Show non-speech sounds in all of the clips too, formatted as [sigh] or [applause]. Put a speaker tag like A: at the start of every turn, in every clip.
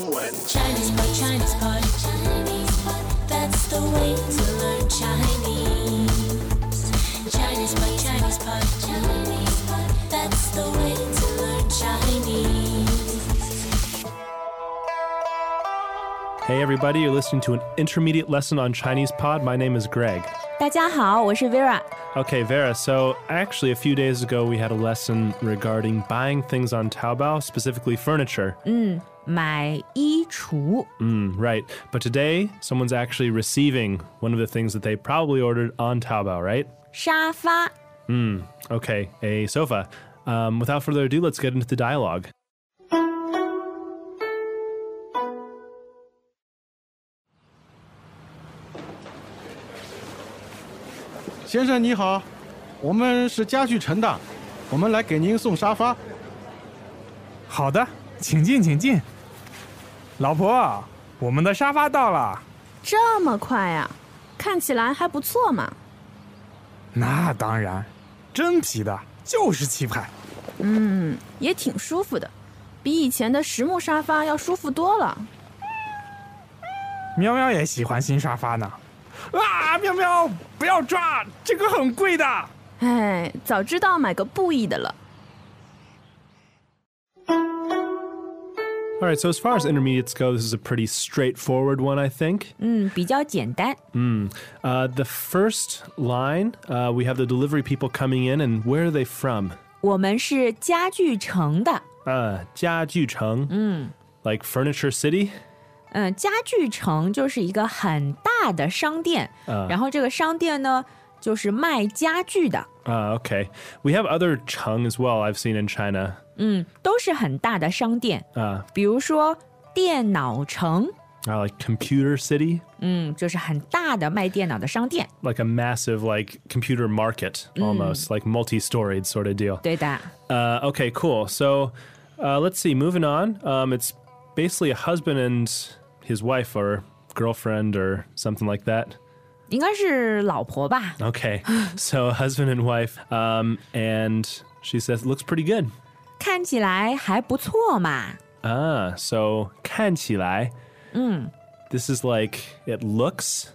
A: Chinese pot, Chinese pot, Chinese pot. That's the way to learn Chinese. Chinese pot, Chinese pot, Chinese pot. That's the way to learn Chinese.
B: Hey, everybody, you're listening to an intermediate lesson on Chinese Pod. My name is Greg.
C: 大家好，我是 Vera。
B: Okay, Vera, so actually, a few days ago, we had a lesson regarding buying things on Taobao, specifically furniture.
C: 买衣橱，
B: Mm, right. But today, someone's actually receiving one of the things that they probably ordered on Taobao, right?
C: 沙发。
B: Okay, a sofa. Um, without further ado, let's get into the dialogue.
D: 先生你好，我们是家具城的，我们来给您送沙发。
E: 好的，请进，请进。老婆，我们的沙发到了。
C: 这么快呀、看起来还不错嘛。
E: 那当然，真皮的，就是气派。
C: 也挺舒服的，比以前的实木沙发要舒服多了。
E: 喵喵也喜欢新沙发呢。啊，喵喵，不要抓，这个很贵的。
C: 哎，早知道买个布艺的了。
B: All right, so as far as intermediates go, this is a pretty straightforward one, I think.
C: 嗯，比较简单。
B: Uh, the first line, uh, we have the delivery people coming in, and where are they from?
C: 我们是家具城的，
B: Uh, 家具城. Like furniture city?
C: 嗯，家具城就是一个很大的商店，然后这个商店呢，就是卖家具的，
B: Uh, okay. We have other cheng as well, I've seen in China.
C: 都是很大的商店。
B: 啊，
C: 比如说电脑城，
B: Uh, like computer city,
C: 嗯，就是很大的卖电脑的商店。
B: like a massive like computer market almost, like multi-storied sort of deal.
C: 对的，
B: Uh, okay, cool. So uh, let's see. Moving on, um, it's basically a husband and his wife or girlfriend or something like that.
C: 应该是老婆吧？
B: Okay, so husband and wife, um, and she says looks pretty good.
C: 看起来还不错嘛。
B: Ah, so 看起来, this is like it looks.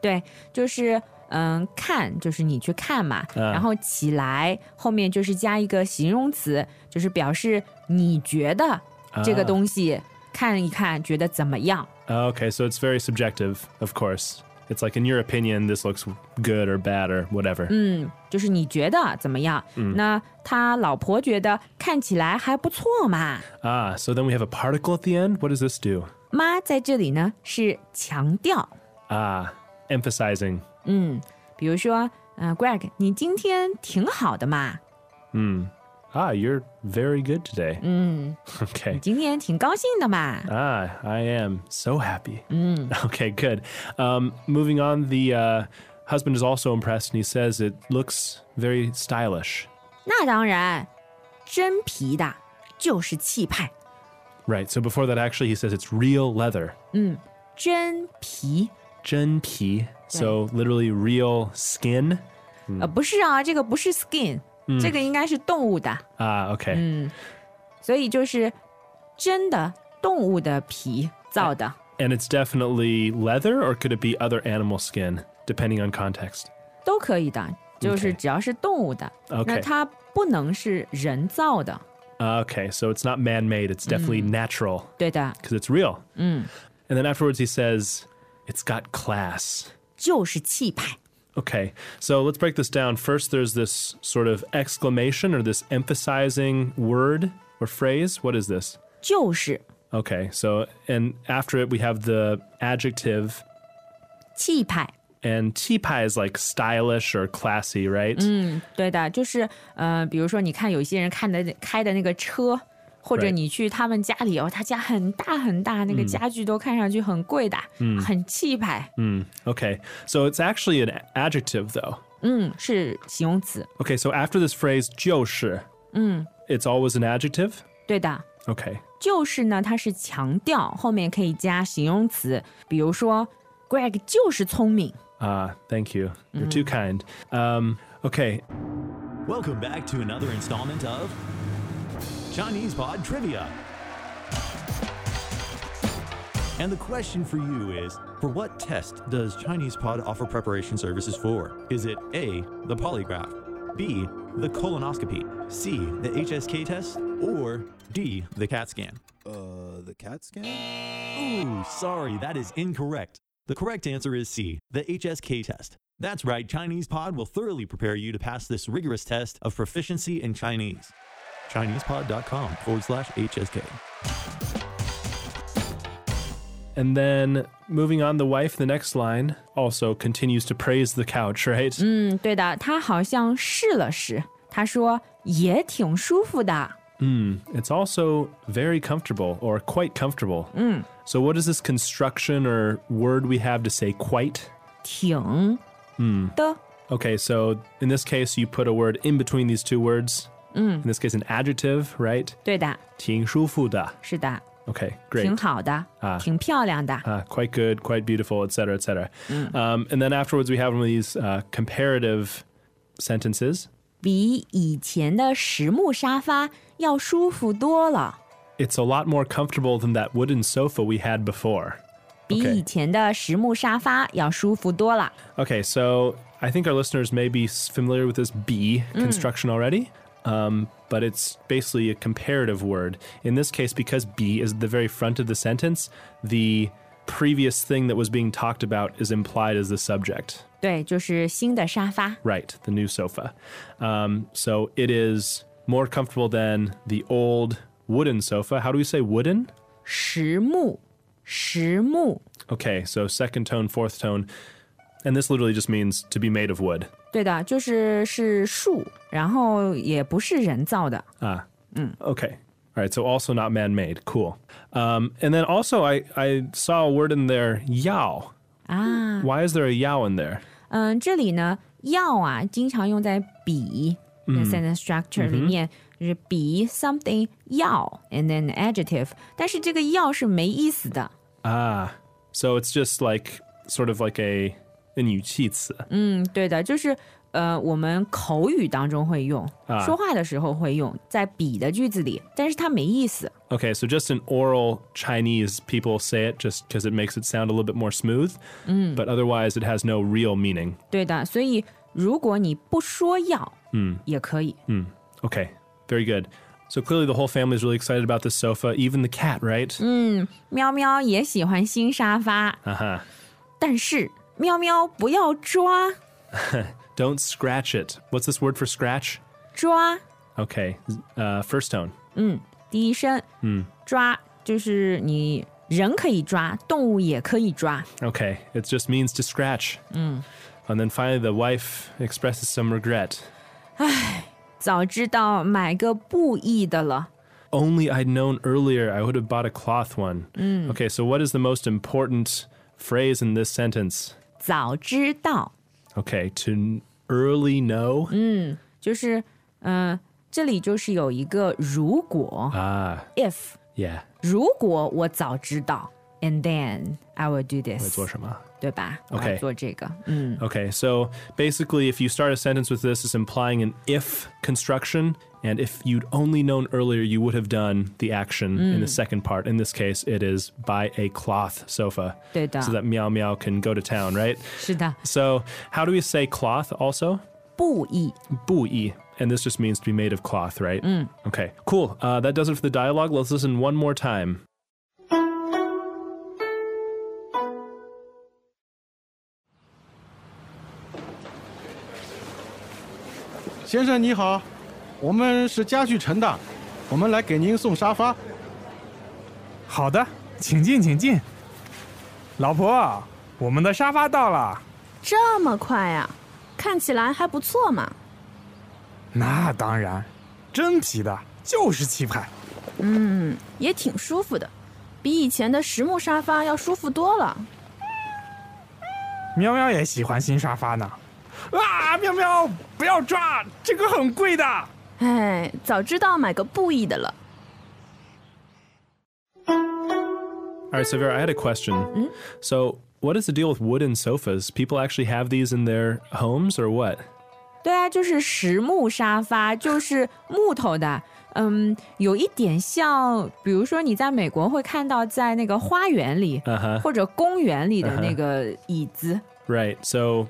C: 对，就是嗯，看就是你去看嘛，然后起来后面就是加一个形容词，就是表示你觉得这个东西、看一看觉得怎么样？
B: Oh, Okay, so it's very subjective, of course. It's like in your opinion, this looks good or bad or whatever.
C: 就是你觉得怎么样？那他老婆觉得看起来还不错嘛。
B: Ah, so then we have a particle at the end. What does this do?
C: 妈在这里呢是强调，
B: Ah, emphasizing.
C: 比如说，嗯、g r e g 你今天挺好的嘛，
B: Ah, you're very good today. [laughs] Okay.
C: 今天挺高兴的嘛。
B: Ah, I am so happy. [laughs] Okay, good. Um, moving on, the uh, husband is also impressed and he says it looks very stylish.
C: 那当然，真皮的就是气派，
B: Right. So before that, actually, he says it's real leather.
C: 真皮。
B: 真皮. So literally real skin.
C: 呃，不是啊，这个不是 skin，、这个应该是动物的，
B: Ah, okay.
C: 所以就是真的动物的皮造的。
B: And it's definitely leather, or could it be other animal skin, depending on context?
C: 都可以的，就是只要是动物的
B: OK
C: 那它不能是人造的，
B: Ah, okay. So it's not man made, it's definitely natural
C: 对的，
B: because it's real. And then afterwards, he says it's got class.
C: 就是气派。
B: Okay, so let's break this down. First, there's this sort of exclamation or this emphasizing word or phrase. What is this?
C: 就是
B: Okay, so, and after it, we have the adjective,
C: 气派，
B: and tipai is like stylish or classy, right?
C: 对的，就是呃，比如说你看有一些人看的开的那个车，或者
B: Right
C: 你去他们家里哦，他家很大很大，那个家具都看上去很贵的，很气派，嗯
B: Hmm, Okay, so it's actually an adjective, though.
C: 嗯是形容词，
B: Okay, so after this phrase, 就是, it's always an adjective?
C: 对的。
B: Okay,
C: 就是呢，它是强调，后面可以加形容词，比如说，Greg 就是聪明。
B: ah, thank you. You're too kind. Um, okay,
F: Welcome back to another installment of Chinese Pod Trivia. And the question for you is For what test does Chinese Pod offer preparation services for? Is it A, the polygraph, B, the colonoscopy, C, the HSK test, or D, the CAT scan?
G: Uh, the CAT scan?
F: Ooh, sorry, that is incorrect. The correct answer is C, the HSK test. That's right, Chinese Pod will thoroughly prepare you to pass this rigorous test of proficiency in Chinese. ChinesePod.com forward slash HSK.
B: And then moving on, the wife, the next line also continues to praise the couch, [laughs] right?
C: 嗯，对的，他好像试了试，他说也挺舒服的。
B: It's also very comfortable or quite comfortable. So, what is this construction or word we have to say quite?
C: 挺，嗯的，
B: Okay, so in this case, you put a word in between these two words. In this case, an adjective, right?
C: 对的，
B: 挺舒服的.
C: 是的，
B: Okay,
C: 挺
B: great.
C: 好的，挺漂亮的。
B: Uh, quite good, quite beautiful, etc., etc. Um, and then afterwards, we have one of these uh, comparative sentences.
C: 比以前的实木沙发要舒服多了，
B: It's a lot more comfortable than that wooden sofa we had before.
C: 比
B: Okay.
C: 以前的实木沙发要舒服多了。
B: Okay, so I think our listeners may be s- familiar with this B construction already, um, but it's basically a comparative word. In this case, because B is at the very front of the sentence, the previous thing that was being talked about is implied as the subject.
C: 对，就是新的沙发。
B: Right, the new sofa. Um, so it is more comfortable than the old wooden sofa. How do we say wooden?
C: 实木，实木，
B: Okay, so second tone, fourth tone. And this literally just means to be made of wood.
C: 对的，就是是树，然后也不是人造的。
B: Okay. All right. So also not man made. Cool. Um, and then also, I, I saw a word in there, yao. Ah. Why is there a yao in there?
C: 嗯，这里呢，要啊，经常用在比的 sentence structure 里面，就是比 something 要，and then adjective，但是这个要是没意思的。
B: Ah. So it's just like sort of like a 语气词.
C: 嗯，对的，就是呃，我们口语当中会用，说话的时候会用，在比的句子里，但是它没意思。
B: Okay. So just in oral Chinese, people say it just because it makes it sound a little bit more smooth. But otherwise, it has no real meaning.
C: 对的，所以如果你不说要，嗯，也可以。
B: Okay. Very good. So clearly, the whole family is really excited about this sofa, even the cat, right?
C: 喵喵也喜欢新沙发，
B: Uh huh.
C: 但是喵喵不要抓
B: Don't scratch it. What's this word for scratch?
C: 抓
B: Okay. Uh, first tone.
C: 第一声，嗯，抓就是你人可以抓，动物也可以抓。
B: Okay. It just means to scratch. And then finally, the wife expresses some regret.
C: 早知道买个布艺的了，
B: Only I'd known earlier, I would have bought a cloth one. Okay. So, what is the most important phrase in this sentence?
C: 早知道
B: Okay. To n- early know.
C: 就是，嗯、这里就是有一个如果
B: Ah,
C: ，if
B: yeah.
C: 如果我早知道，and then I will do this，对吧我要
B: OK
C: 做这个，嗯，
B: Okay. So, basically, if you start a sentence with this, it's implying an if construction. And if you'd only known earlier, you would have done the action in the second part. In this case, it is buy a cloth sofa.
C: 对的
B: so that Meow Meow can go to town, right?
C: 是的，
B: So, how do we say cloth also?
C: 布艺
B: Bui. And this just means to be made of cloth, right? Okay, cool. Uh, that does it for the dialogue. Let's listen one more time.
D: 先生你好，我们是家具城的，我们来给您送沙发。
E: 好的，请进，请进。老婆，我们的沙发到了。
H: 这么快呀、看起来还不错嘛。
E: 那当然，真皮的，就是气派。
H: 也挺舒服的，比以前的实木沙发要舒服多了。
E: 喵喵也喜欢新沙发呢。啊，喵喵，不要抓，这个很贵的。
H: 哎，早知道买个布艺的了。
B: All right, so Vera, I had a question. So, what is the deal with wooden sofas? People actually have these in their homes or what?
C: 对啊，就是实木沙发，就是木头的。嗯，有一点像，比如说你在美国会看到在那个花园里、
B: Uh huh.
C: 或者公园里的
B: 嗯
C: 那
B: 哼
C: 个椅子。
B: Right. So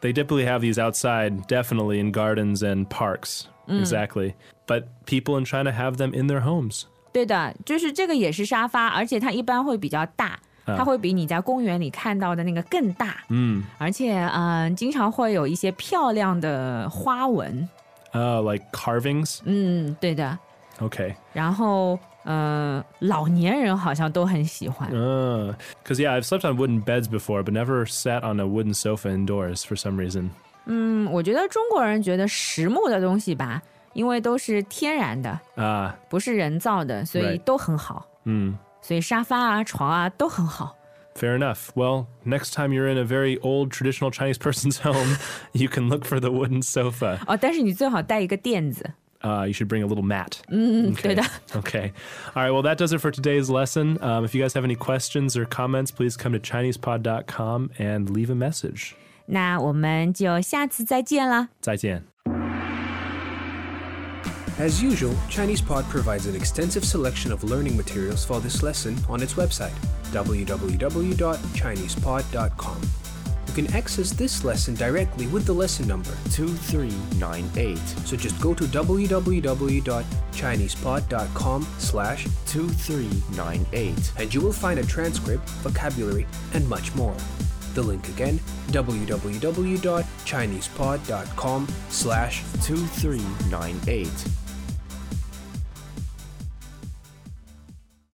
B: they typically have these outside, definitely in gardens and parks. Exactly. But people in China have them in their homes.
C: 对的，就是这个也是沙发，而且它一般会比较大，
B: 嗯
C: 它会比你在公园里看到的那个更大。
B: Mm.
C: 而且，嗯、经常会有一些漂亮的花纹。
B: Uh, like carvings.
C: 嗯，对的。
B: Okay.
C: 然后，嗯、老年人好像都很喜欢。
B: Because, Uh, yeah, I've slept on wooden beds before, but never sat on a wooden sofa indoors for some reason.
C: 嗯，我觉得中国人觉得实木的东西吧，因为都是天然的，
B: Ah,
C: 不是人造的，所以
B: Right
C: 都很好。
B: 嗯，
C: 所以沙发啊、床啊都很好。
B: fair enough. Well, next time you're in a very old traditional Chinese [laughs] person's home, you can look for the wooden sofa.
C: 哦，但是你最好带一个垫子。
B: Uh, you should bring a little mat.
C: 嗯，对
B: Okay.
C: 的。
B: okay. All right. Well, that does it for today's lesson. Um, if you guys have any questions or comments, please come to ChinesePod.com and leave a message.
C: 那我们就下次再见啦。
B: 再见.
I: As usual, ChinesePod provides an extensive selection of learning materials for this lesson on its website, www.chinesepod.com. You can access this lesson directly with the lesson number,
J: 2398
I: so just go to www.chinesepod.com slash
J: 2398
I: and you will find a transcript, vocabulary, and much more. The link again, www.chinesepod.com slash
J: 2398